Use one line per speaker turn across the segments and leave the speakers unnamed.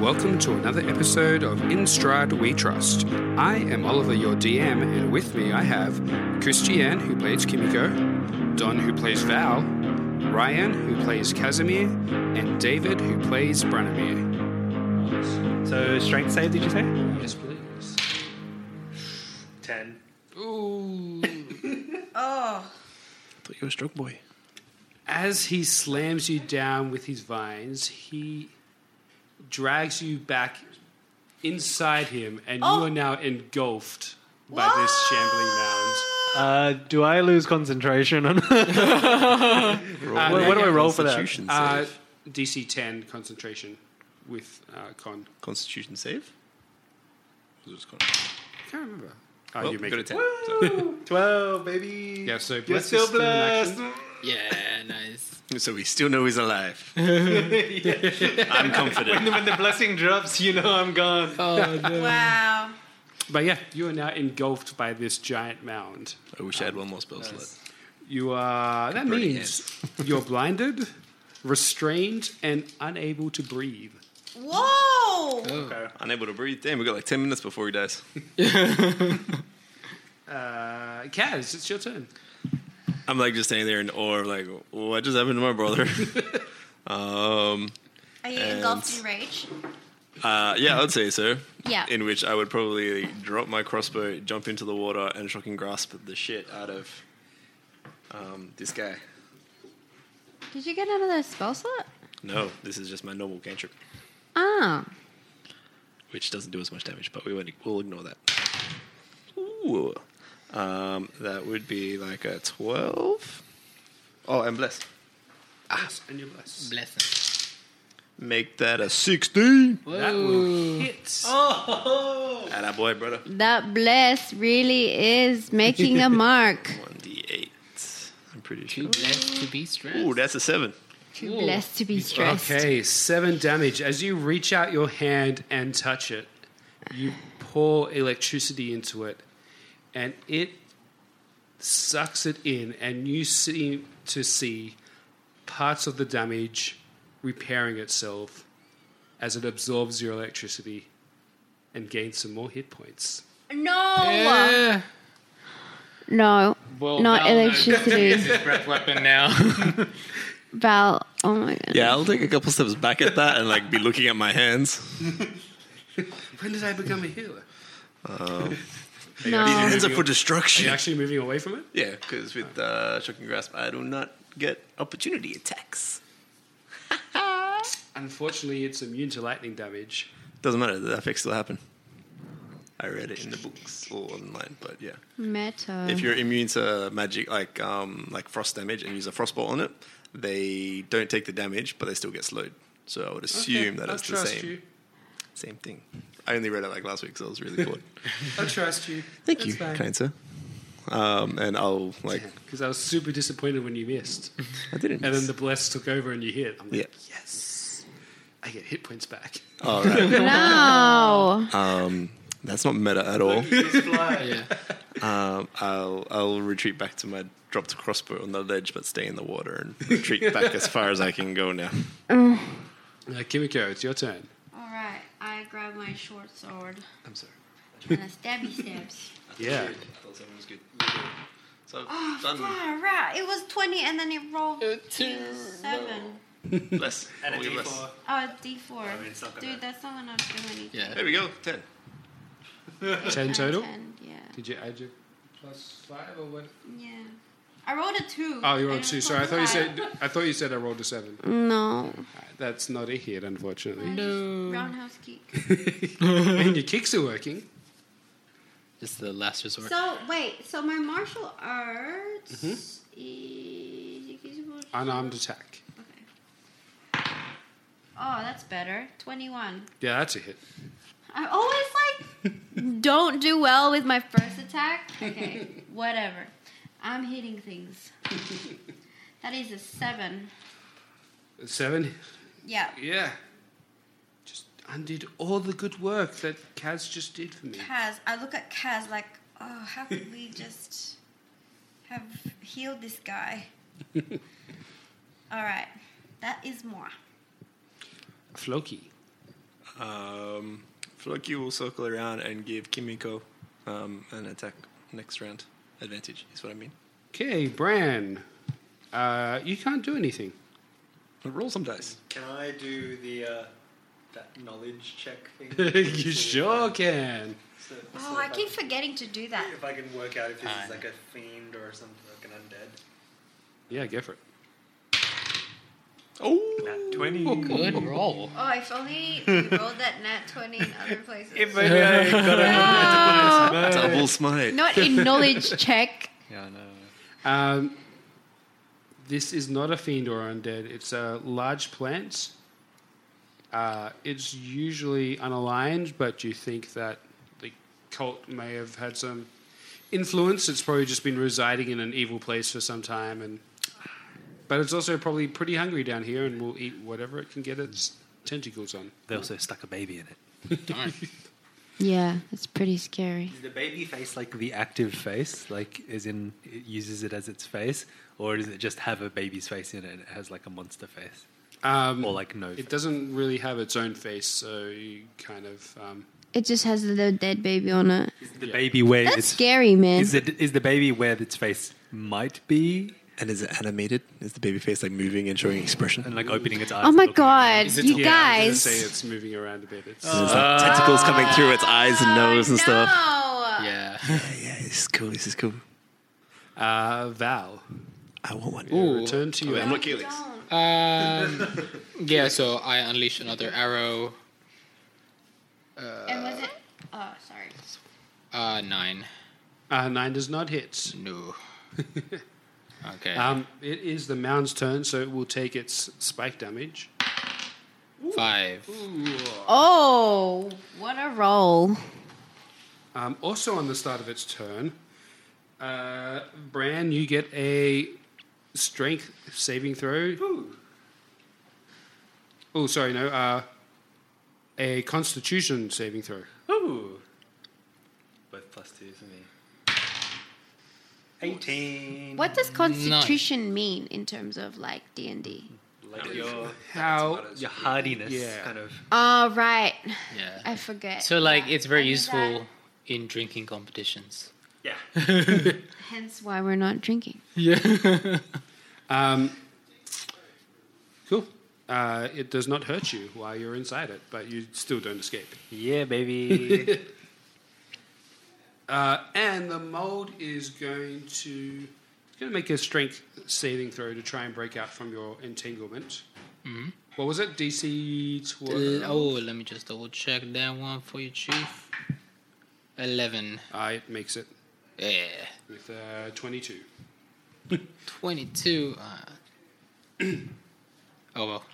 Welcome to another episode of In Stride We Trust. I am Oliver, your DM, and with me I have Christiane, who plays Kimiko, Don, who plays Val, Ryan, who plays Casimir, and David, who plays Branimir.
So strength save, did you say?
Yes, please.
Ten.
Ooh.
Oh,
thought you were Stroke Boy.
As he slams you down with his vines, he drags you back inside him, and you are now engulfed by this shambling mound.
Uh, do I lose concentration? on
Uh,
What- what do I roll for that?
Constitution
Uh,
save.
DC 10 concentration with uh, con.
Constitution save. Was it just con?
I can't remember. Oh,
Oh,
you make
got a
it.
ten. So,
Twelve, Oh, baby.
Yeah, so
You're
bless
still
is still in
blessed.
Yeah, nice.
so we still know he's alive.
Oh.
I'm confident.
when the blessing drops, you
Oh,
know I'm gone.
Wow.
But yeah, you are now engulfed by this giant mound.
I wish I had one more spell slot.
You are. That
Burning
means you're blinded, restrained, and unable to breathe.
Whoa.
Unable to breathe. Damn, we got like ten minutes before he dies.
Uh, Kaz, it's your turn.
I'm like just standing there in awe, of, like what just happened to my brother? um,
Are you
And-
engulfed in rage?
uh, yeah, I'd say so.
Yeah.
In which I would probably drop my crossbow, jump into the water, and shocking grasp the shit out of um, this guy.
Did you get another spell slot?
No, this is just my normal cantrip,
Oh.
which doesn't do as much damage, but we won't, we'll ignore that. Ooh. Um, that would be like a 12. Oh, and bless. Ah.
Yes, and you're blessed.
Bless him.
Make that a 16.
That will hit.
Atta Oh. boy, brother.
That bless really is making a mark.
1d8. I'm pretty sure.
Too blessed to be stressed.
Ooh, that's a 7.
Too blessed to be stressed.
Okay, seven damage. As you reach out your hand and touch it, you pour electricity into it, and it sucks it in, and you seem to see parts of the damage repairing itself as it absorbs your electricity and gains some more hit points.
No.
Yeah.
Eh. No,
Well,
not
Val knows
electricity.
his breath weapon now.
Val, oh my god.
Yeah, I'll take a couple steps back at that and like be looking at my hands.
When did I become a healer?
Um,
No.
Hands are for
You're
destruction.
actually moving away from it?
Yeah, because with uh, Shocking Grasp, I do not get opportunity attacks.
Unfortunately, it's immune to lightning damage.
Doesn't matter. The effects still happen. I read it in the books or online, but yeah.
Mm-hmm.
Meta.
If you're immune to magic, like um, like frost damage, and use a frostbolt on it, they don't take the damage, but they still get slowed. So I would assume
Okay,
that
I
it's the
trust
same
you.
same thing. I only read it like last week, so I was really bored.
I trust you.
Thank
That's
you,
fine.
kind sir. um, and I'll like
Because I was super disappointed when you missed.
I didn't.
And then
miss.
the bless took over and you hit. I'm like,
yeah.
I get hit points back.
All right.
No.
um, that's not meta at all.
yeah.
Um, I'll I'll retreat back to my dropped crossbow on the ledge, but stay in the water and retreat back as far as I can go now.
Uh, Kimiko, it's your turn.
All right, I grab my short sword
I'm sorry.
and I stabby stabs.
Yeah.
thought someone was good. So
Ah,
Oh, far out. It was 20 and then it rolled
Uh,
7.
Less.
And a D4.
Oh, it's D4.
mean, it's not gonna-
Dude, that's not gonna do anything.
Yeah.
There we go. Ten.
Eight
Ten
and
total?
Ten, yeah.
Did you add your plus five or what?
Yeah. I rolled a 2.
Oh, you
I
rolled
just
two. Sorry, I thought you
five.
said I thought you said I rolled a seven.
No.
That's not a hit, unfortunately.
Roundhouse kick.
and your kicks are working.
Just the last resort.
So, wait, so my martial arts is.
Mm-hmm. Unarmed attack.
Okay. Oh, that's better. 21.
Yeah, that's a hit.
I always like don't do well with my first attack. Okay, whatever. I'm hitting things. That is a seven.
Seven.
Yeah.
Yeah. Just undid all the good work that Kaz just did for me.
Kaz, I look at Kaz like, oh, how could we just have healed this guy? All right, that is more.
Floki.
Um, Floki will circle around and give Kimiko um, an attack next round advantage. Is what I mean.
Okay, Bran. Uh, you can't do anything.
Roll some dice.
Can I do the uh, that knowledge check thing?
you sure can.
So-
Oh,
so
I
if
keep forgetting to do that.
If I can work out if this is like a fiend or something like an undead.
Yeah, go for it.
Oh,
Nat twenty.
Good roll.
Oh, if only we rolled that nat 20 in other places.
If only I got a
double smite.
Not in knowledge check.
Yeah, no.
Um, this is not a fiend or undead. It's a large plant. Uh, it's usually unaligned, but you think that the cult may have had some influence. It's probably just been residing in an evil place for some time, and but it's also probably pretty hungry down here, and will eat whatever it can get its tentacles on.
They also stuck a baby in it.
Darn.
Yeah, it's pretty scary.
Is the baby face like the active face, like as in it uses it as its face, or does it just have a baby's face in it and it has like a monster face?
Um,
Or like no
it
face?
doesn't really have its own face, so you kind of um,
It just has the little dead baby on it.
Is the baby where
That's
its
scary, man.
is it is the baby where its face might be
And is it animated? Is the baby face like moving and showing expression?
and like opening its eyes?
oh
and
my
looking around?
god,
Is it-
you
yeah, I was
guys.
gonna say it's moving around a bit. It's,
There's, like, tentacles coming through its eyes and nose and stuff.
Oh,
Yeah.
Yeah, this is cool. This is cool.
Uh, Val.
I want one.
Return to you.
I'm not Keelix.
don't.
Um, yeah, so I unleash another arrow.
and was it? Oh, sorry.
Uh, nine.
Uh, nine does not hit.
No. Okay.
Um, it is the mound's turn, so it will take its spike damage.
Five.
oh, what a roll.
Um, also, on the start of its turn, uh, Bran, you get a strength saving throw. Oh, sorry, no. Uh, a constitution saving throw.
Ooh. Both plus two for me. Eighteen.
What does constitution mean in terms of like D&D?
Like your
How?
your hardiness
Yeah.
kind of
Oh, right.
Yeah.
I forget.
So like it's very
I need that.
useful in drinking competitions.
Yeah.
Hence why we're not drinking.
Um, cool. Uh, it does not hurt you while you're inside it, but you still don't escape.
Yeah, baby.
Uh, and the mold is going to it's going to make a strength saving throw to try and break out from your entanglement. What was it? DC
L-
twelve.
Mm-hmm. oh, let me just double check that one for you, Chief. Eleven.
Ah, it makes it
Yeah.
with uh, twenty-two.
Twenty-two. Uh, oh well,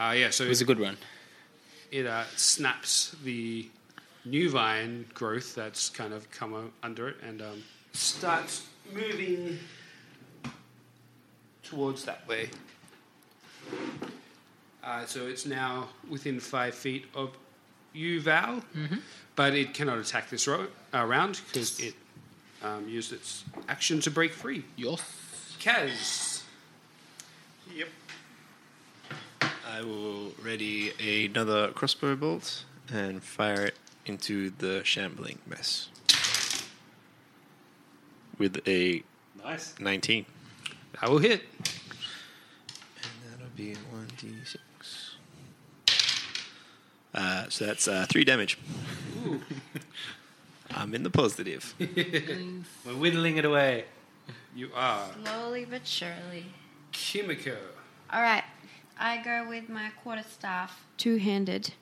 Ah, yeah. So
it was
it,
a good run.
it uh, snaps the new vine growth that's kind of come o- under it and um, starts moving towards that way. Uh, so it's now within five feet of you, Val,
Mm-hmm.
but it cannot attack this ro- uh, round because it um, used its action to break free.
Yes.
Kaz.
Yep. I will ready another crossbow bolt and fire it into the shambling mess with a
Nice.
19.
I will hit.
And that'll be 1d6. Uh, so that's uh, 3 damage. I'm in the positive.
We're whittling it away.
You are
Slowly but surely.
Kimiko.
All right. I go with my quarterstaff
Two handed.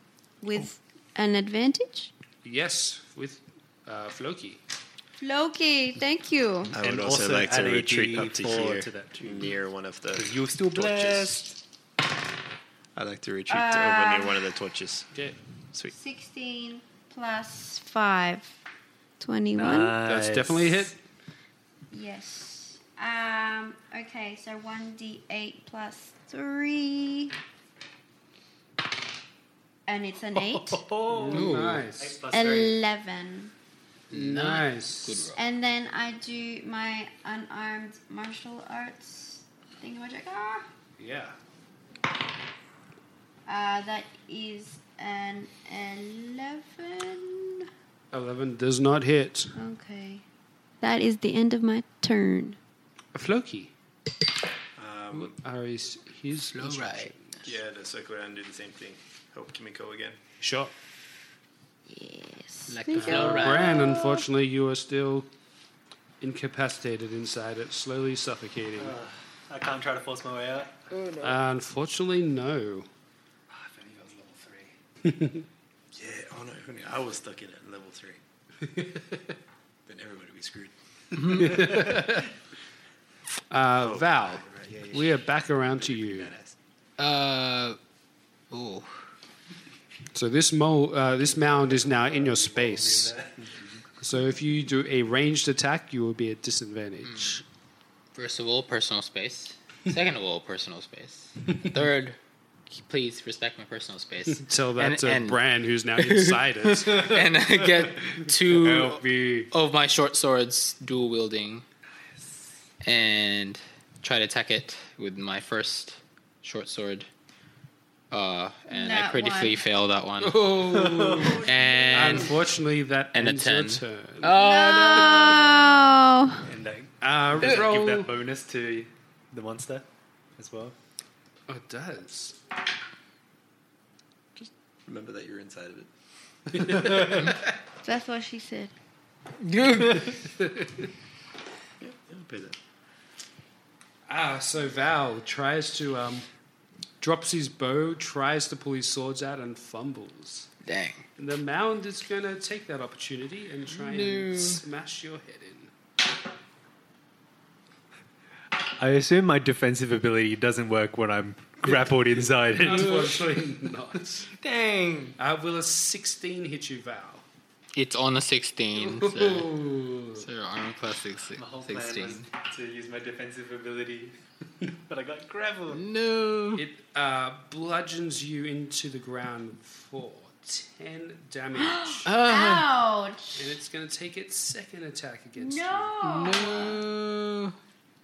With an advantage?
Yes, with uh, Floki.
Loki, thank you.
I would
And
also,
also
like to
add a
retreat up to
D4
here
to that too.
near one of the
You're still
torches.
blessed.
I'd like to retreat to over near one of the torches.
Okay.
16 plus
5. 21.
That's definitely a hit.
Yes. Um. Okay. So one d eight plus three, and it's an eight.
Oh, nice.
Eleven.
Nice.
And then I do my unarmed martial arts thingamajigger.
Yeah.
Uh, that is an eleven.
11 does not hit.
Okay.
That is the end of my turn.
Floki. Um, are his, his
Slow ride.
Yeah, the circle around do the same thing. Help Kimiko again.
Sure.
Yes.
Like the flow ride.
Bran, unfortunately, you are still incapacitated inside it, slowly suffocating.
Uh,
Uh,
I can't try to force my way out.
Uh, unfortunately, no.
Ah, if only I was level three.
Yeah, oh no, if only I was stuck in it at level three. then everybody would be screwed.
Uh, Val, we are back around to you.
Uh, oh,
So this mole, uh, this mound is now in your space. So if you do a ranged attack, you will be at disadvantage.
first of all, personal space. Second of all, personal space. Third, please respect my personal space.
Tell that
And-
to
and-
Bran, who's now inside it.
and I get two
Help me.
of my short swords dual wielding and try to attack it with my first short sword. Uh, and I
That
critically
one. Oh.
fail that one. and
Unfortunately, that
and a
ends your
10.
turn.
Oh.
And I
Uh,
does that give
roll.
that bonus to the monster as well.
Oh, it does.
Just remember that you're inside of it.
That's what she said.
Hmm.
It'll be that.
Ah, so Val tries to um, drops his bow, tries to pull his swords out, and fumbles.
dang.
And the mound is going to take that opportunity and try
No.
and smash your head in.
I assume my defensive ability doesn't work when I'm grappled inside it.
Unfortunately, not.
Dang.
Uh, will a 16 hit you, Val?
It's on a 16. So,
Ooh.
so your armor class six, six, 16.
to use my defensive ability, but I got grappled.
No.
It uh, bludgeons you into the ground for 10 damage. and
Ouch!
it's going to take its second attack against
No.
No.
you.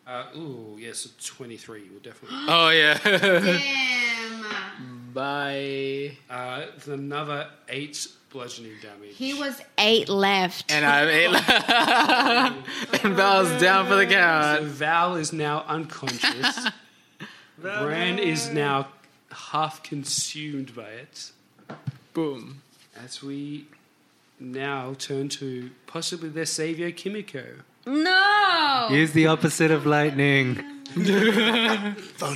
Uh, ooh, yes, a 23 will definitely.
Oh, yeah.
Damn.
Bye.
Uh, it's another 8 bludgeoning damage.
He was eight left.
And I'm and Val's down for the
So
count.
Val is now unconscious. Bran is now half consumed by it.
Boom.
As we now turn to possibly their savior, Kimiko.
No.
Use the opposite of lightning.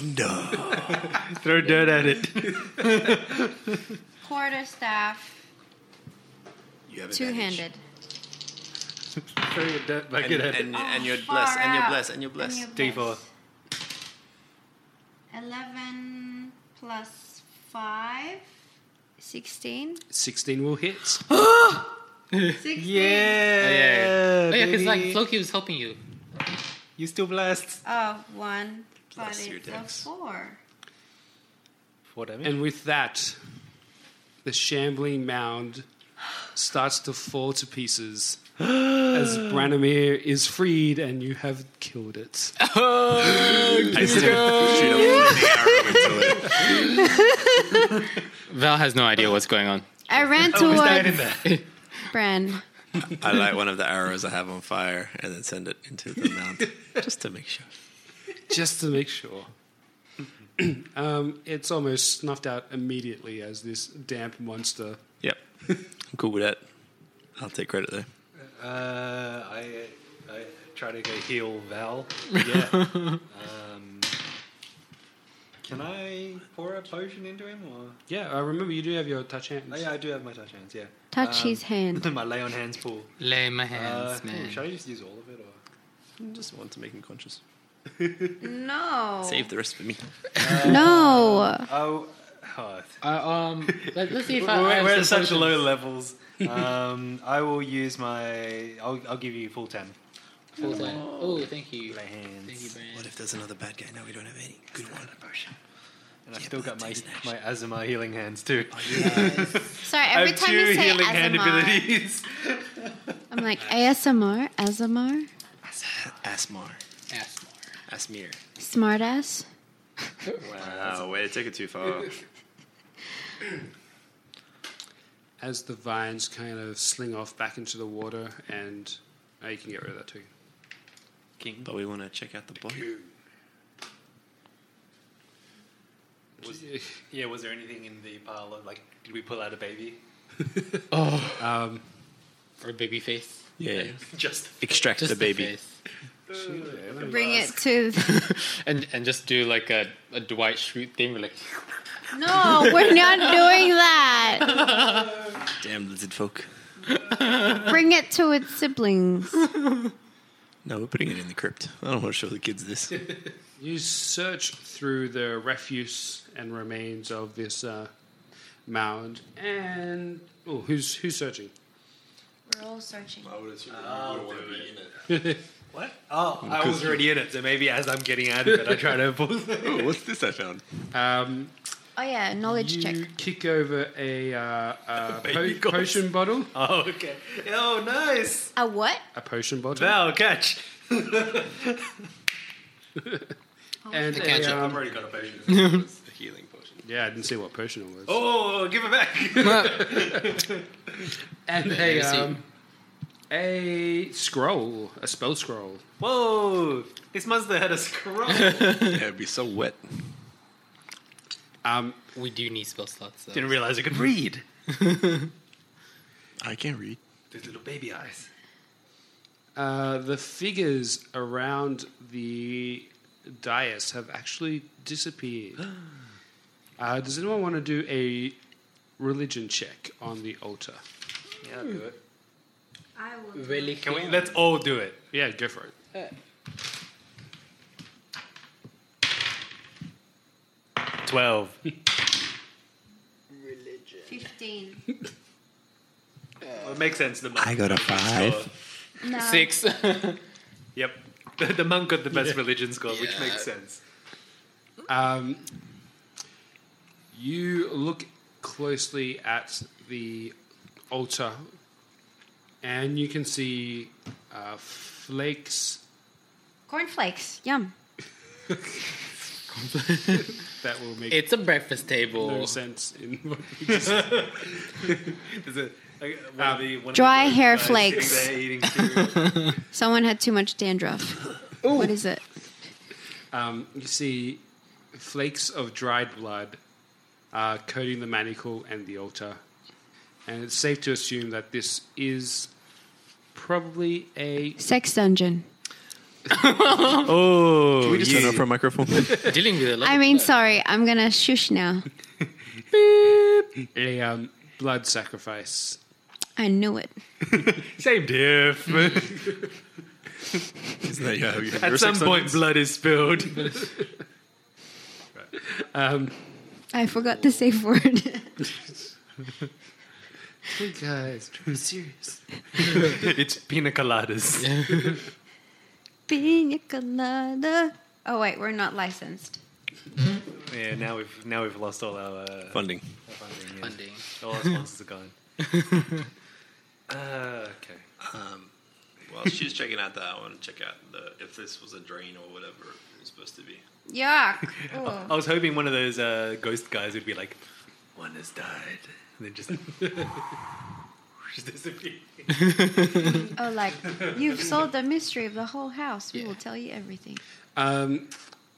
Thunder. Throw dirt at it.
Quarterstaff.
You have
Two
advantage.
handed.
Throw your dirt back
And,
at it.
and, and you're
far
blessed, and you're
out.
blessed, and you're blessed.
And
D4.
you're blessed. 11 plus 5 16?
16 will hit.
16?
Oh,
Yeah.
yeah, yeah. Because like
baby.
Floki was helping you.
You still blessed.
Oh, one. Plus
Plus your
it's a
dex.
four.
Four damage.
And with that, the shambling mound starts to fall to pieces as Branimir is freed and you have killed it.
Oh,
I said, shoot a flaming arrow into it.
Val has no idea what's going on.
I ran towards Bran.
I light one of the arrows I have on fire and then send it into the mount just to make sure.
just to make sure. um, it's almost snuffed out immediately as this damp monster.
Yep. I'm cool with that. I'll take credit there.
Uh, I I try to go heal Val. Yeah. um, can I pour a potion into him or?
Yeah, uh, remember you do have your touch hands.
Oh yeah, I do have my touch hands. Yeah.
Touch his hand.
my lay on hands pool.
Lay my
Uh,
hands,
hmm,
man.
should I just use all of it or?
Just want to make him conscious.
No.
Save the rest for me.
No.
Oh. oh
Uh, um, let, us see if I.
we're,
I
we're at
suppose-
such low levels. Um, I will use my. I'll, I'll give you full ten.
Full time. Oh, thank you.
Lay
Thank
hands.
you, Brand.
What if there's another bad guy? No, we don't have any. Good one.
And I've
Yeah,
still
but
got my
it's an action.
my Azumar healing hands too.
Oh,
Sorry,
I
every
have
time
two
you say
healing hand
Azamar,
abilities.
I'm like ASMR, Azamar,
Asmar.
Ass.
Asmir.
smartass.
Wow, way to take it too far.
As the vines kind of sling off back into the water, and oh, you can get rid of that too.
King.
but we want to check out the body.
Yeah, was there anything in the pile? Of, like, did we pull out a baby?
Oh.
Um,
Or baby face.
Yeah.
Just
Extract
Just
the baby.
face.
Bring it to.
And and just do like a, a Dwight Schrute thing, like
No, we're not doing that.
Damn lizard folk.
Bring it to its siblings.
No, we're putting it in the crypt. I don't want to show the kids this.
You search through the refuse and remains of this uh, mound, and oh, who's who's searching?
We're all searching.
what? Oh, I was already in it, so maybe as I'm getting out of it, I try to pull.
oh, what's this I found?
Um,
Oh yeah, knowledge
you
check.
kick over a, uh, uh,
baby
po-
ghost.
potion bottle.
Oh, okay. Oh, nice.
A what?
A potion bottle.
Val, catch.
and a,
catch it.
um,
already got a potion. it's a healing potion.
yeah, I didn't see what potion it was.
Oh, give it back.
and a,
you see.
um, a scroll, a spell scroll.
Whoa, this monster had a scroll.
Yeah, it'd be so wet.
Um,
we do need spell slots. Though.
Didn't realize it could read.
I can't read.
Those little baby eyes.
uh, the figures around the dais have actually disappeared. Uh, does anyone want to do a religion check on the altar?
Yeah, I'll do it.
I will. Uh,
Really?
Can we? Let's all Oh, do it.
Yeah, go for it.
Twelve.
15.
Well, it makes sense. The monk.
got a five.
No.
Six.
Yep. The, the monk got the best religion score, which
Yeah.
makes sense.
Um, you look closely at the altar, and you can see uh, flakes
Cornflakes. Yum.
that will make
it's a breakfast table.
no sense in what we
There's a, like, one of the- one of
Dry
the
hair
guys
flakes.
sitting there eating cereal.
Someone had too much dandruff. What is it?
Um, you see flakes of dried blood uh, coating the manacle and the altar. And it's safe to assume that this is probably a.
Sex dungeon.
oh,
Can we just turn off our microphone?
Dealing with a lot.
I mean, sorry, I'm gonna shush now.
a um, blood sacrifice.
I knew it.
same diff.
Isn't that how you have your
At some
sex
point, blood is spilled. Um,
I forgot the safe word.
Good guys, trying to be serious.
it's pina coladas.
Pina colada.
Oh wait, we're not licensed.
Yeah, now we've now we've lost all our uh,
Funding.
our funding. yeah.
Funding.
All our sponsors are gone. uh, okay.
Um, while she's checking out that, I want to check out the if this was a drain or whatever it was supposed to be.
Yuck.
I
Ooh.
was hoping one of those uh, ghost guys would be like, "One has died," and then just, just disappear.
Oh, like you've solved the mystery of the whole house. We will tell you everything.
Um,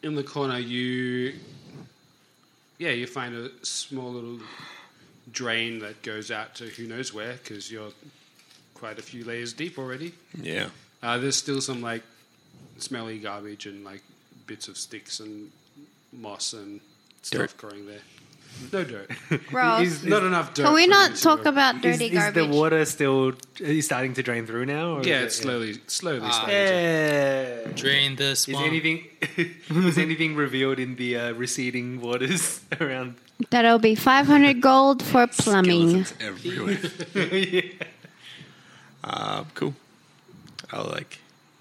in the corner, you yeah, you find a small little drain that goes out to who knows where because you're quite a few layers deep already.
Yeah.
Uh, there's still some like smelly garbage and like bits of sticks and moss and stuff
Dirt.
growing there. No dirt.
Gross.
Is-
Not enough dirt.
Can we
for
not
you to
talk
grow.
about dirty
is,
garbage?
Is the water still is starting to drain through now? Or is
Yeah,
it-
it's slowly, slowly.
Ah.
slowly.
Yeah.
Drain the
Is
swamp.
anything is anything revealed in the uh, receding waters around?
That'll be 500 gold for plumbing.
Skeletons everywhere.
yeah.
Uh, cool. I'll like,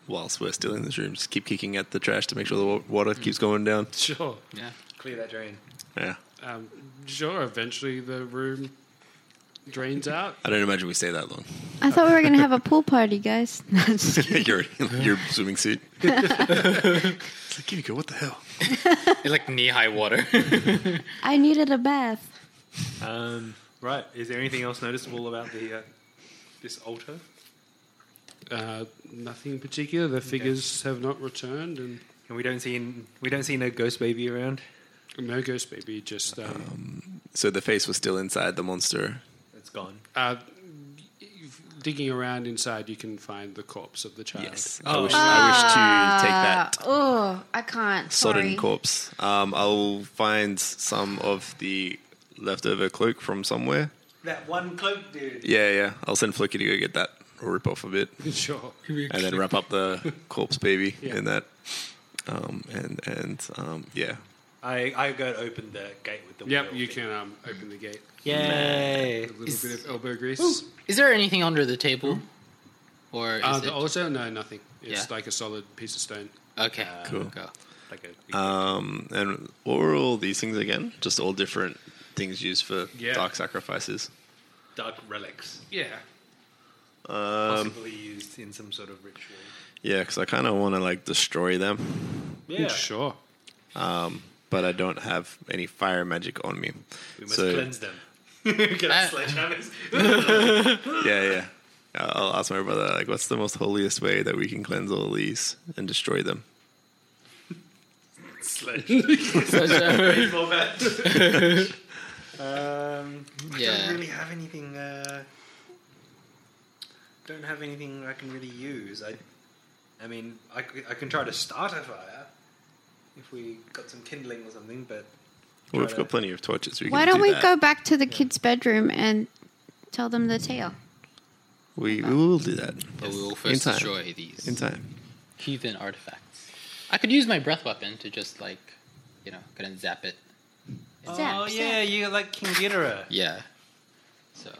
whilst we're still in this room, just keep kicking at the trash to make sure the wa- water keeps going down.
Sure.
Yeah.
Clear that drain.
Yeah.
Um, sure. Eventually, the room drains out.
I don't imagine we stay that long.
I thought we were going to have a pool party, guys.
your your swimming suit. it's like, Kimiko, what the hell?
It's like knee high water.
I needed a bath.
Um, right. Is there anything else noticeable about the uh, this altar?
Uh, nothing in particular. The figures have not returned, and
And we don't see n- we don't see no ghost baby around.
no ghost baby. Just um,
So the face was still inside the monster.
It's gone.
uh, digging around inside, you can find the corpse of the child.
Yes.
Oh.
I wish I wish to take that
Ah,
Oh, I can't.
sodden
Sorry.
corpse. Um, I'll find some of the leftover cloak from somewhere.
That one cloak dude.
Yeah, yeah. I'll send Floki to go get that or rip off a bit,
sure.
and then wrap up the corpse baby
Yeah.
in that. Um, and and um, yeah,
I I go open the gate with the.
Yep,
wheel
you
thing.
can um, open the gate.
Yay!
A little bit of elbow grease.
Is there anything under the table?
Hmm?
Or is
Uh,
it?
the altar? No, nothing. It's
Yeah.
like a solid piece of stone.
okay.
Cool.
Go.
Uh, Like a,
Um, and what were all these things again? Just all different things used for
Yeah.
dark sacrifices.
dark relics,
Yeah.
possibly used in some sort of ritual.
Yeah, because I kind of want to like destroy them, Um,
Yeah,
Sure.
but I don't have any fire magic on me.
we must
so
cleanse them. Get our
Uh,
sledgehammers.
yeah, yeah. I- I'll ask my brother like, what's the most holiest way that we can cleanse all these and destroy them?
Sledge.
yeah.
Baseball bat. um, don't really have anything. Uh, don't have anything I can really use. I, I mean, I, c- I can try to start a fire if we got some kindling or something, but
Well,
Try
we've
to-
got plenty of torches. We
Why
can
don't
do
we
that.
go back to the kids' bedroom and tell them the tale?
We, we will do that
But we will
In
first
time.
destroy these
in time.
heathen artifacts. I could use my breath weapon to just like, you know, go and zap it.
Zap,
oh yeah, you like King Ghidorah.
Yeah. So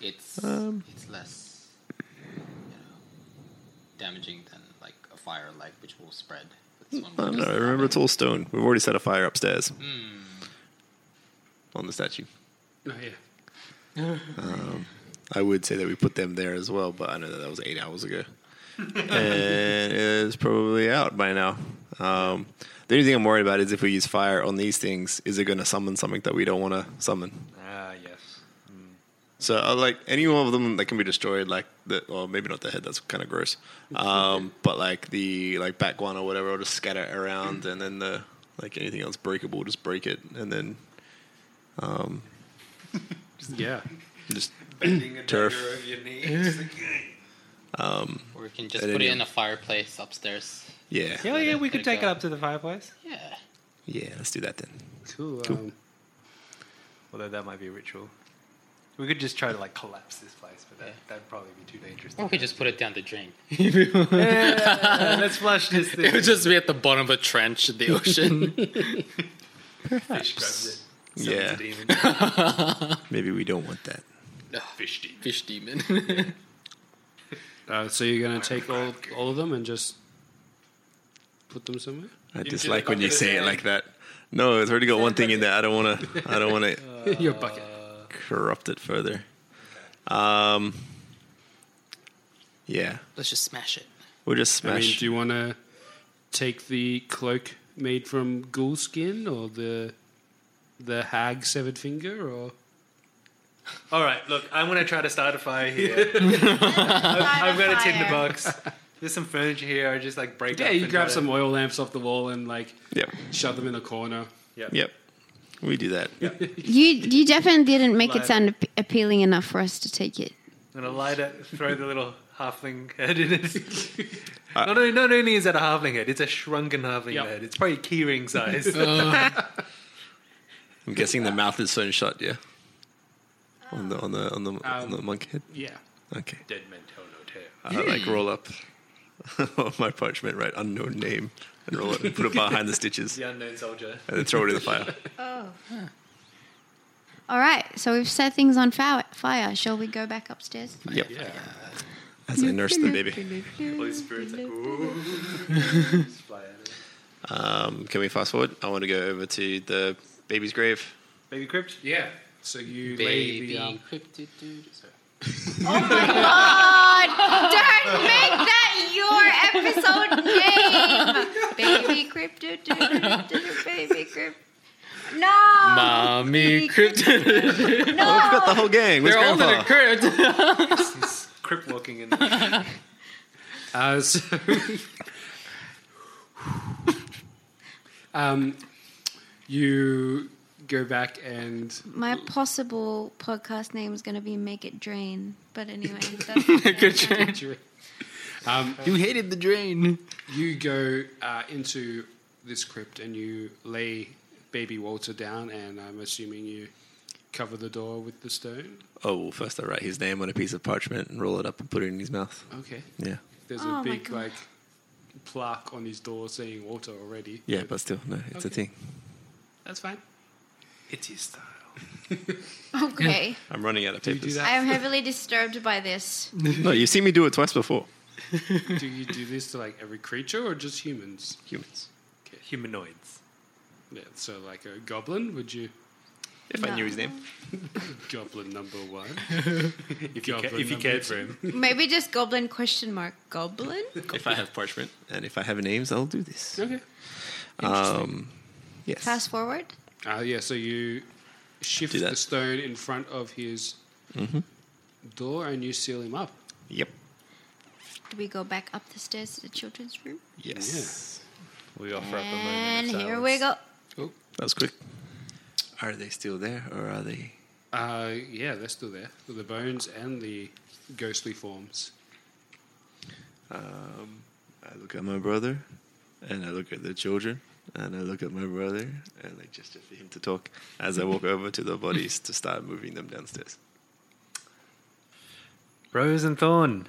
it's
Um.
it's less you know, damaging than like a fire light, which will spread. This one will
I don't
just Hmm.
know.
zap
Remember,
it.
it's all stone. We've already set a fire upstairs on the statue.
No, yeah.
Um, I would say that we put them there as well, but I know that that was eight hours ago. and it's probably out by now. Um, the only thing I'm worried about is if we use fire on these things, is it going to summon something that we don't want to summon?
Ah yes.
So, uh, like any one of them that can be destroyed, like the, or maybe not the head, that's kind of gross. Um, but like the like back one or whatever, will just scatter it around, and then the like anything else breakable, just break it, and then um,
Yeah.
just
Bending a
Turf. Um,
dagger over your knee. Just like,
Or we can just
And
put it
then
in
you-
a fireplace upstairs.
yeah,
yeah, yeah, we
Let
could
it
take
go.
it up to the fireplace.
Yeah.
yeah. Let's do that then.
Cool. Um,
Although that might be a ritual. We could just try to like collapse this place, but that, that'd probably be too dangerous.
Or we could just put it down the drain.
Uh, let's flush this thing.
just be at the bottom of a trench in the ocean.
Fish grabs it. Summons
Yeah.
a demon.
Maybe we don't want that.
Fish demon.
Fish demon.
Uh, so you're gonna take all all of them and just put them somewhere.
I
just
dislike when
bucket
you
it
say it
in.
like that. No, it's already got one thing in there. I don't want to. I don't want to
Your
Uh,
bucket.
corrupt it further. Um. Yeah,
Let's just smash it.
we'll just
I mean,
smash.
do you want to take the cloak made from ghoul skin or the the hag severed finger or?
All right, look, I'm going to try to start a fire here.
I've
I've got a tinder box. There's some furniture here. I just like break
Yeah,
up.
you
and
grab
try
some oil lamps off the wall and like
yep,
shove them in the corner.
yep. We do that.
You you definitely didn't make
Like-
it sound ap- appealing enough for us to take it.
To, I'm going to light it, throw the little halfling head in it.
Uh,
not, only, not only is that a halfling head, it's a shrunken halfling
Yep.
head. It's probably keyring size.
I'm guessing the mouth is sewn shut. Yeah. On the on the on the, on
Um,
the monk head.
Um, Yeah.
Okay.
Dead men tell no tale.
I like roll up on my parchment, write unknown name, and roll it and put it behind the stitches,
The unknown soldier.
and then throw it in the fire.
嗯
All right, so we've set things on fire. fire. Shall we go back upstairs?
Yep. As I nurse the baby.
Holy Spirit's like, ooh. Just fly out of it.
Um, can we fast forward? I want to go over to the baby's grave.
Baby crypt?
Yeah. So you lay
Baby
the um,
cryptid dude. Sorry.
Don't make that your episode name. baby cryptid, baby crypt.
No.
Mommy cryptid.
Oh, we've got the whole gang. Where's
They're all in a
grandpa?
crypt.
He's crypt walking in there.
Uh, so, um, you go back and
My possible podcast name is going to be Make It Drain, but anyway, that's
Good train.
um,
You hated the drain.
you go uh, into this crypt and you lay baby Walter down, and I'm assuming you cover the door with the stone.
Oh, well, first I write his name on a piece of parchment and roll it up and put it in his mouth.
Okay.
Yeah.
There's
Oh
a
my
big
God.
like plaque on his door saying Walter already.
Yeah, but still, no, it's a
Okay.
thing.
That's fine.
It's his style.
okay.
I'm running out of
you do
papers.
that?
I am heavily disturbed by this.
No, you've seen me do it twice before.
do you do this to like every creature or just humans?
Humans.
Humanoids.
Yeah. So like a goblin, would you?
If I knew his name.
Goblin number one.
If you, ca-
Goblin
if you
numbers.
cared for him.
Maybe just goblin question mark goblin.
If I have parchment and if I have names, I'll do this.
Okay.
Um, yes.
Fast forward.
Uh, yeah, so you shift
Do that. Mm-hmm.
the stone in front of his door and you seal him up.
Yep.
Do we go back up the stairs to the children's room?
Yes.
We offer up a moment.
And here we go.
Oh.
That was quick. Are they still there or are they?
Uh, yeah, they're still there. The bones and the ghostly forms.
Um, I look at my brother, and I look at the children, and I look at my brother, and I gesture for him to talk as I walk over to the bodies to start moving them downstairs.
Rose and Thorn,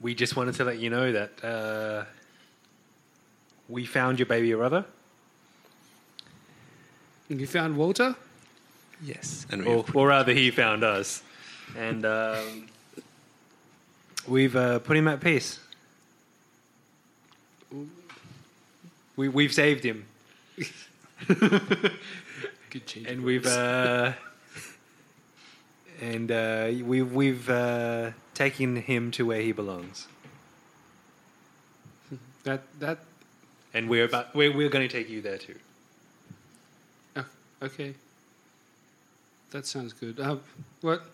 We just wanted to let you know that uh, we found your baby brother.
You found Walter?
Yes.
And
or, or rather, he found us. And um, we've uh, put him at peace. We, we've saved him. and we've uh, and uh, we, we've uh, taken him to where he belongs.
That that
And we're about we're, we're going to take you there too.
oh, okay. That sounds good. Uh, what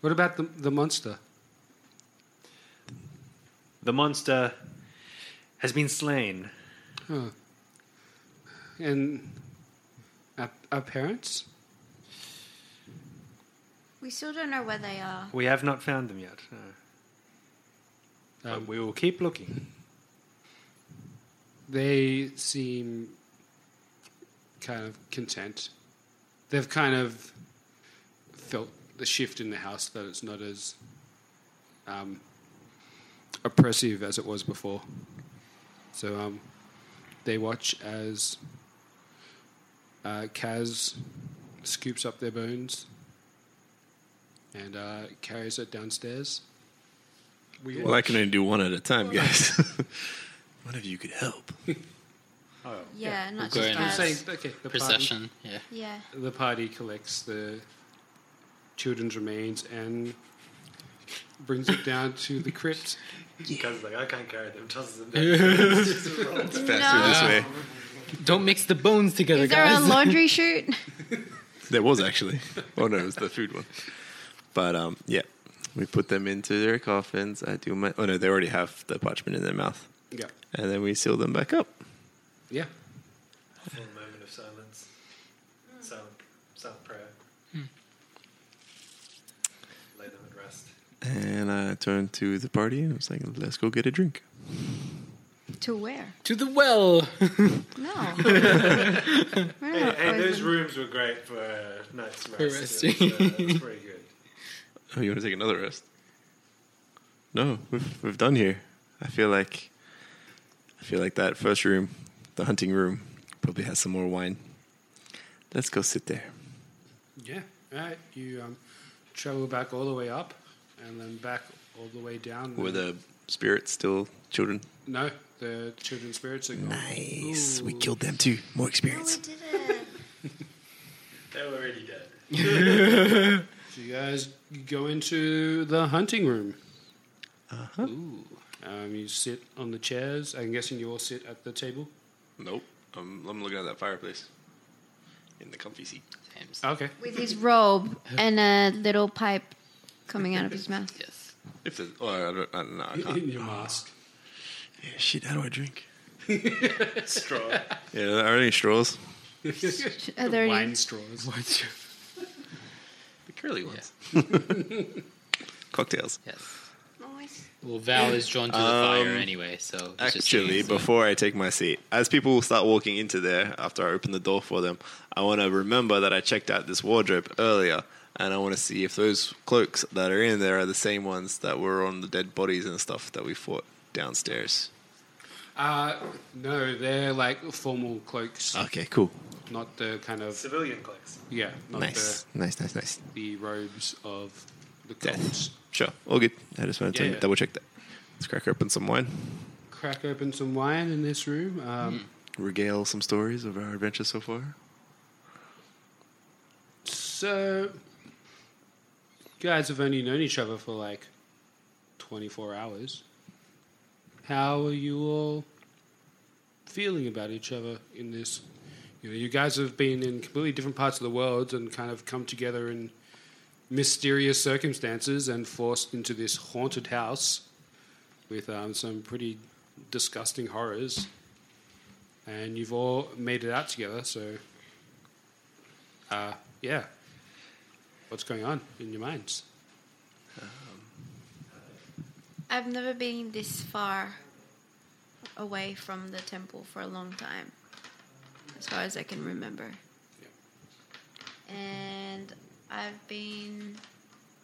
what about the the monster?
The monster has been slain.
Huh. And our, our parents?
We still don't know where they are.
We have not found them yet. no. But we will keep looking.
They seem kind of content. They've kind of felt the shift in the house that it's not as um, oppressive as it was before. So um, they watch as uh, Kaz scoops up their bones and uh, carries it downstairs. We
Well, I can only do one at a time, guys. one of you could help.
Oh,
Yeah, not
We'll go just in
I'm
as
saying, okay, the
procession,
Party,
yeah.
Yeah.
The party collects the children's remains and brings it down to the crypt.
Because like I can't carry them, tosses them
It's faster this No. way.
Don't mix the bones together,
Is there a
guys.
laundry chute?
There was actually. Oh no, it was the food one. But um, yeah, we put them into their coffins. I do my. Oh no, they already have the parchment in their mouth.
Yeah.
And then we seal them back up.
Yeah.
For a moment of silence,
Hmm.
silent, silent prayer. Lay them at rest.
And I turned to the party and I was like, "Let's go get a drink."
to where?
to the well.
No.
We're
Hey,
not
hey, those
poisoned.
rooms were great for a night's
For
rest.
resting.
It was, uh, it was pretty good.
Oh, you want to take another rest? No, we've we've done here. I feel like I feel like that first room, the hunting room, probably has some more wine. Let's go sit there.
Yeah. All right. You um, travel back all the way up and then back all the way down.
Were the spirits still children?
No, the children's spirits are gone.
Nice. We killed them too. More experience.
They were already dead.
So you guys go into the hunting room.
Uh-huh.
Um, you sit on the chairs. I'm guessing you all sit at the table.
Nope. Um, I'm, I'm looking at that fireplace in the comfy seat.
Okay.
With his robe and a little pipe coming out of his mouth.
Yes.
If there's, oh, I don't, I don't know. I can't.
In your mask.
Yeah, shit. How do I drink?
Straw.
Yeah, are there any straws?
Are there any-
Wine straws.
The curly ones. Cocktails.
Yes.
Noise.
Well, Val is drawn to the fire
Um,
anyway, so it's just
Actually,
saying-
before I take my seat, as people start walking into there after I open the door for them, I want to remember that I checked out this wardrobe earlier, and I want to see if those cloaks that are in there are the same ones that were on the dead bodies and stuff that we fought downstairs.
Uh, no, they're like formal cloaks.
Okay, cool.
Not the kind of
civilian cloaks.
Yeah, not
Nice, nice, nice, nice.
the the robes of the
Death.
cults.
Sure, all good. I just wanted to
Yeah, yeah.
double check that. Let's crack open some wine.
Hmm.
Crack open some wine in this room. Um,
regale some stories of our adventures so far?
So, you guys have only known each other for like 24 hours. How are you all feeling about each other in this? You know, you guys have been in completely different parts of the world and kind of come together in mysterious circumstances and forced into this haunted house with um, some pretty disgusting horrors. And you've all made it out together, so uh, yeah. What's going on in your minds?
I've never been this far away from the temple for a long time, as far as I can remember. And I've been,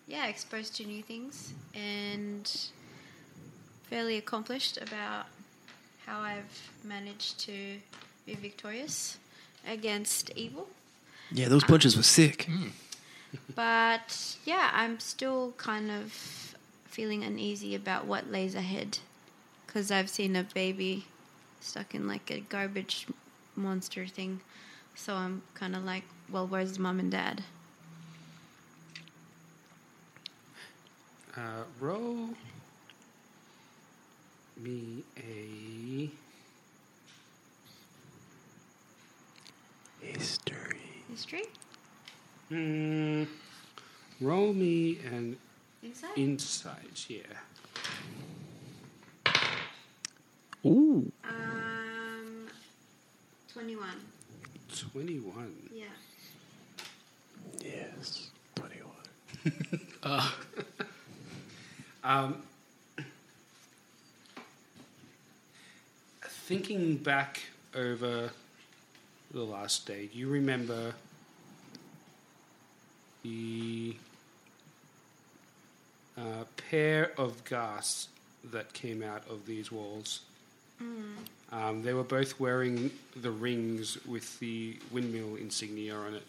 yeah, exposed to new things and fairly accomplished about how I've managed to be victorious against evil.
Yeah, those punches were sick.
Hmm.
But yeah, I'm still kind of feeling uneasy about what lays ahead because I've seen a baby stuck in like a garbage monster thing. So I'm kind of like, well, where's mom and dad?
Uh, roll me a history.
History?
Mm, roll me an
Insight?
insight. Yeah.
Ooh.
Um, 21.
Twenty-one.
Yeah.
Yes.
Uh, um, thinking back over the last day, do you remember the uh, pair of gas that came out of these walls?
Mm.
Um, they were both wearing the rings with the windmill insignia on it.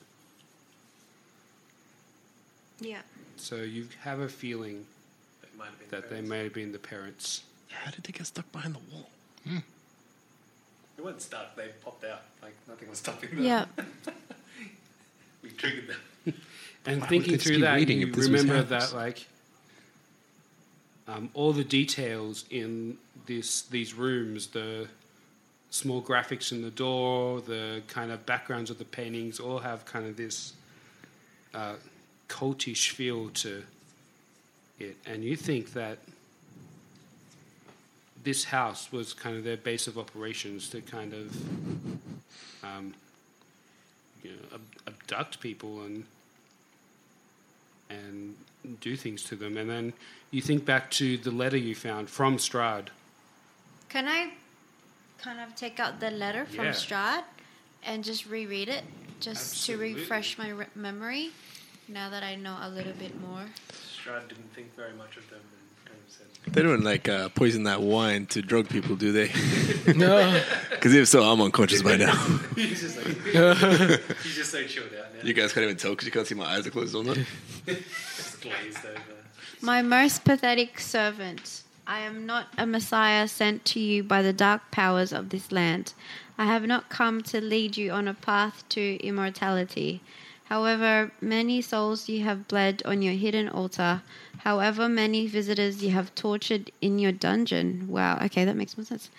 Yeah.
So you have a feeling that they may have been the parents.
How did they get stuck behind the wall?
They weren't stuck. They popped out. Like nothing was stopping them.
Yeah.
we triggered them.
And
Why would
thinking
they
through
keep
that,
reading
you
if this was
remember
ours?
that like um, all the details in this these rooms, the small graphics in the door, the kind of backgrounds of the paintings, all have kind of this uh, cultish feel to it, and you think that this house was kind of their base of operations to kind of um, you know, ab- abduct people and and do things to them. And then you think back to the letter you found from Strahd.
Can I kind of take out the letter from
Yeah.
Strahd and just reread it just
Absolutely.
to refresh my re- memory now that I know a little bit more?
Strahd didn't think very much of them and kind of said,
They don't like uh, poison that wine to drug people, do they? no. Because if so, I'm unconscious by now.
He's just like, he's just so chilled out now.
you guys can't even tell because you can't see my eyes are closed on that.
Just glazed over.
My most pathetic servant, I am not a messiah sent to you by the dark powers of this land. I have not come to lead you on a path to immortality. However many souls you have bled on your hidden altar, however many visitors you have tortured in your dungeon. Wow, okay, that makes more sense.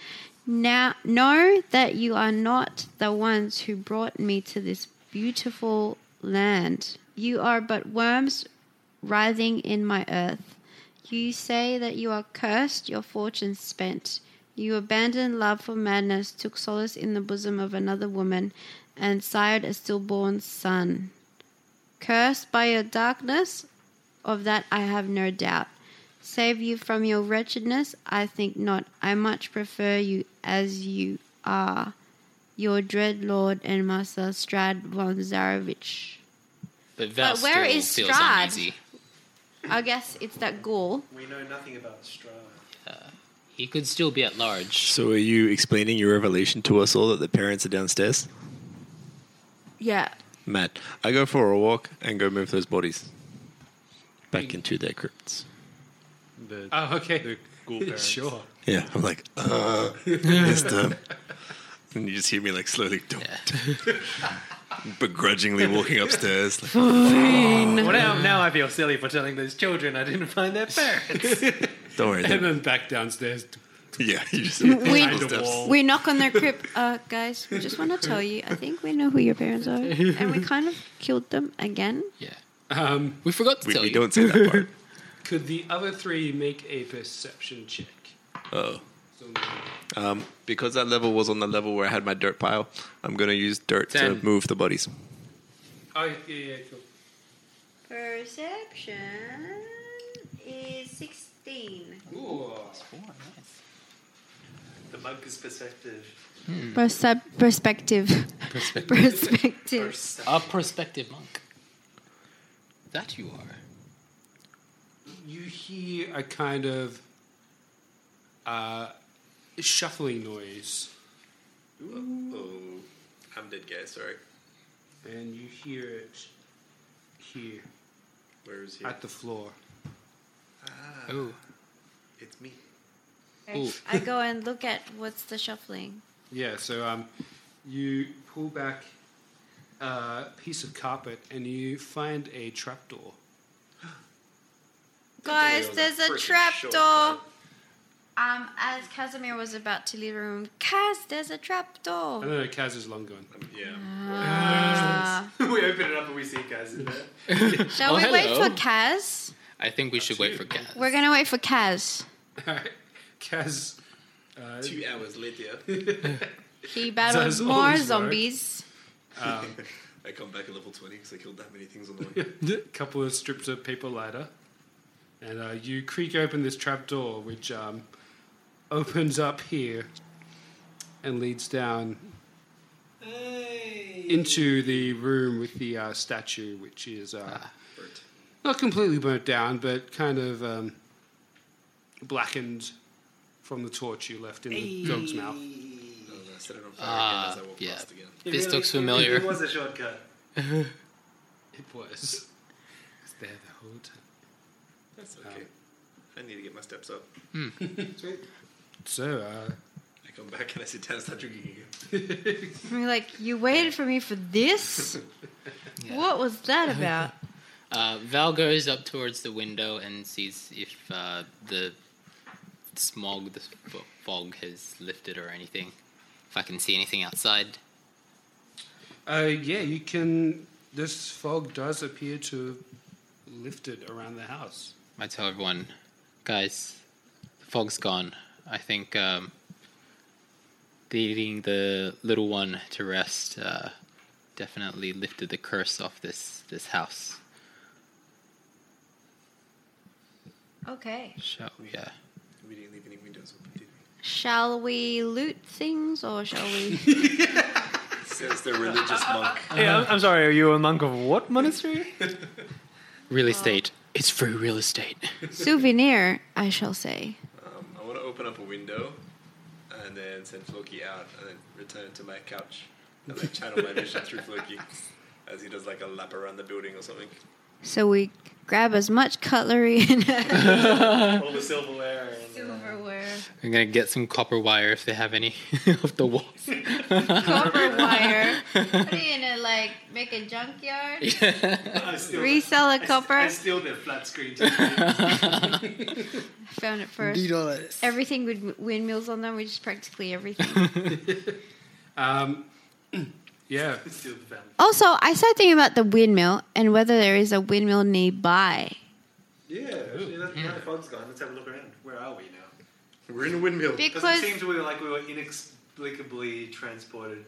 Now know that you are not the ones who brought me to this beautiful land. You are but worms writhing in my earth. You say that you are cursed, your fortune spent. You abandoned love for madness, took solace in the bosom of another woman, and sired a stillborn son. Cursed by your darkness, of that I have no doubt. Save you from your wretchedness? I think not. I much prefer you as you are. Your dread lord and master Strad von Zarevich.
But Val
But where
still
is
feels
Strahd?
uneasy.
I guess it's that ghoul.
We know nothing about Strahd.
He could still be at large.
So, are you explaining your revelation to us all that the parents are downstairs?
Yeah.
Matt, I go for a walk and go move those bodies
Mm.
back into their crypts.
The, oh, okay.
parents.
sure.
Yeah, I'm like, uh, missed them. And you just hear me like slowly don't, begrudgingly walking upstairs. Like,
Well, now, now I feel silly for telling those children I didn't find their parents.
Don't worry.
And then back downstairs.
Yeah, you just
We, we knock on their crib. Uh, guys, we just want to tell you, I think we know who your parents are. And we kind of killed them again.
Yeah.
Um,
we forgot to
We- tell we you. don't say that part.
Could the other three make a perception check?
Oh. Um, because that level was on the level where I had my dirt pile, I'm going to use dirt
Ten.
to move the bodies.
Oh, yeah, yeah, cool.
Perception is 16.
Ooh. oh, The monk is perceptive.
Percep- perspective.
Perspective.
Perspective.
A prospective monk. That you are.
You hear a kind of uh, shuffling noise.
Oh, I'm dead, guys. Sorry.
And you hear it here.
Where is
At the floor.
Ah.
Uh,
Ooh.
It's me.
Ooh.
I go and look at what's the shuffling.
Yeah, so um, you pull back a piece of carpet and you find a trapdoor.
Guys, there's a
Freaking
trap
short
door. Um, as Casimir was about to leave the room, Cas, there's a trap
I
door.
don't know, Kaz is long gone.
Ah.
we open it up and we see guys in there.
Shall
Oh,
we wait
hello.
for Kaz?
I think we should wait for Cat.
We're gonna wait for Kaz.
Kaz. Uh,
Two hours later,
He battles
Does
more
always work.
zombies.
um,
I come back at level 20 because I killed that many things on the way.
a couple of strips of paper lighter, and uh, you creak open this trap door, which um, opens up here and leads down into the room with the uh, statue, which is uh,
Ah.
not completely burnt down, but kind of um, blackened from the torch you left in the dog's mouth.
Ah, yeah.
It
This
really-
looks
it really
familiar.
was a shortcut.
It was. It's there the whole time.
That's
Um,
okay. I need to get my steps up.
So, uh,
I come back and I sit down and start drinking again.
And We're like, you waited for me for this? What was that about?
Uh, Val goes up towards the window and sees if uh, the smog, the f- fog has lifted or anything. If I can see anything outside.
Uh, yeah, you can. This fog does appear to have lifted around the house.
I tell everyone, guys, the fog's gone. I think um, leaving the little one to rest uh, definitely lifted the curse off this this house.
Okay.
Shall we? Yeah.
We didn't leave any windows open, did we?
Shall we loot things or shall we?
Says the religious monk.
Hey, I'm, I'm sorry, are you a monk of what monastery?
Real estate. It's free real estate.
Souvenir, I shall say.
Um, I want to open up a window and then send Floki out and then return to my couch and like channel my vision through Floki as he does like a lap around the building or something.
So we grab as much cutlery and
All the silverware. And, uh,
silverware.
I'm gonna get some copper wire if they have any off the walls.
Copper wire. Put it in a like make a junkyard.
I steal-
Resell a
I s-
copper.
I
I
steal their flat screen.
found it first.
dollars.
Everything with windmills on them, which is practically everything.
Um, yeah,
steal the family.
also, I started thinking about the windmill and whether there is a windmill nearby.
Yeah, actually, that's now the fog's gone. Let's have a look around. Where are we now?
We're in a windmill.
Because it
Because
seems we were like we were inexplicably transported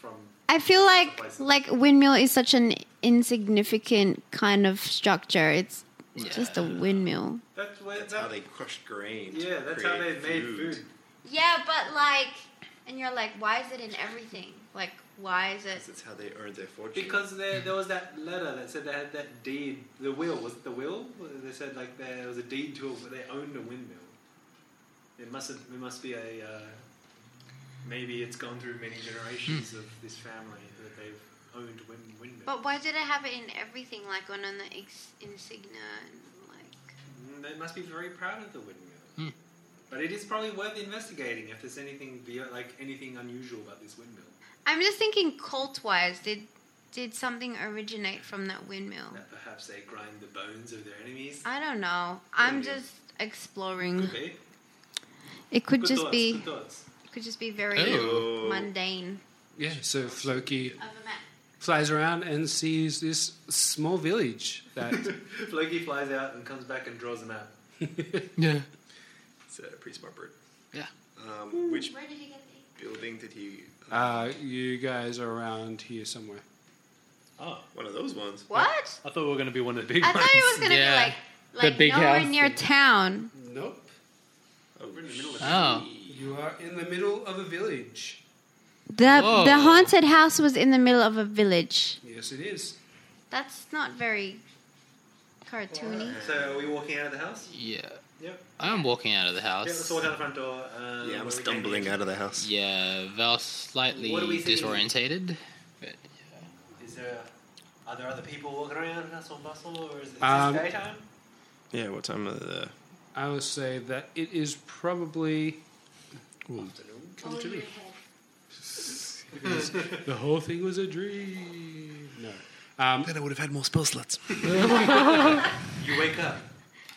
from.
I feel like like windmill is such an insignificant kind of structure. It's just a windmill.
That's where.
That's how they crushed grain. to
yeah, that's how they
create
made food.
Yeah, but like, and you're like, why is it in everything? Like, why is it?
That's how they earned their fortune.
Because there, there was that letter that said they had that deed, the will. Was it the will? They said like there was a deed to it, but they owned a windmill. It must have, it must be a. Uh, maybe it's gone through many generations of this family that they've owned win- windmills.
Hmm. But why did it have it in everything? Like on on the ex- insignia and like. Hmm.
Mm, They must be very proud of the windmill. But it is probably worth investigating if there's anything beyond, like anything unusual about this windmill.
I'm just thinking cult wise, did did something originate from that windmill?
That perhaps they grind the bones of their enemies.
I don't know. I'm
Maybe.
just exploring.
Could be.
It could
Good
just
thoughts,
be
good thoughts.
could just be very
Ew.
mundane.
Yeah, so Floki flies around and sees this small village that.
Floki flies out and comes back and draws a map.
yeah.
uh,
It's a pretty smart bird.
Yeah.
Um, which
Hmm, Where did he get
building did he?
Uh, you guys are around here somewhere.
Oh, one of those ones.
What?
I thought we were going to be one of the big
I thought it was gonna
Yeah.
be like like
The big
nowhere
house.
near town.
Nope.
Oh, we're in the middle of
Oh.
You are in the middle of a village.
The
Whoa.
the haunted house was in the middle of a village.
Yes, it is.
That's not very cartoony.
Uh, So are we walking out of the house?
Yeah.
Yep.
I'm walking out of the
Yeah,
house.
let's walk out the front door. Um,
Yeah, I'm
where we came
stumbling
in.
out of the house.
Yeah, Val's slightly
What do we see?
disorientated. But
Is there, are there other people walking around? That's on bustle, or is, is
Um,
this daytime?
Yeah, what time of the?
I would say that it is probably.
Oh, yeah.
the whole thing was a dream. No. Um,
then I would have had more spell slots.
You wake up.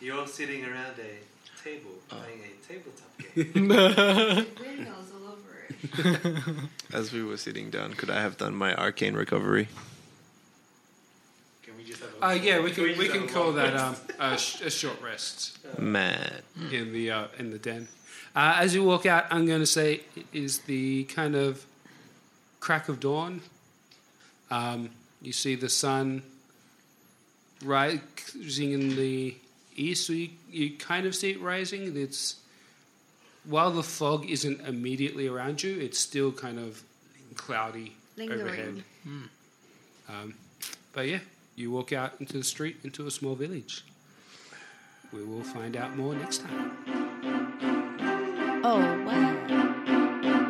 You're all sitting around a table
Oh.
playing a tabletop game.
Windmills all over it.
As we were sitting down, could I have done my arcane recovery?
Can we just have a?
Uh, yeah, we
we
can we
just
can
have a
call
long
that um,
rest?
a, sh- a short rest
Man,
in the uh, in the den. Uh, as you walk out, I'm going to say it is the kind of crack of dawn. Um, you see the sun rising in the east, so you, you kind of see it rising. It's while the fog isn't immediately around you, it's still kind of cloudy
Lingering.
overhead. Um, but yeah, you walk out into the street into a small village. We will find out more next time.
Oh wow.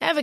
Ever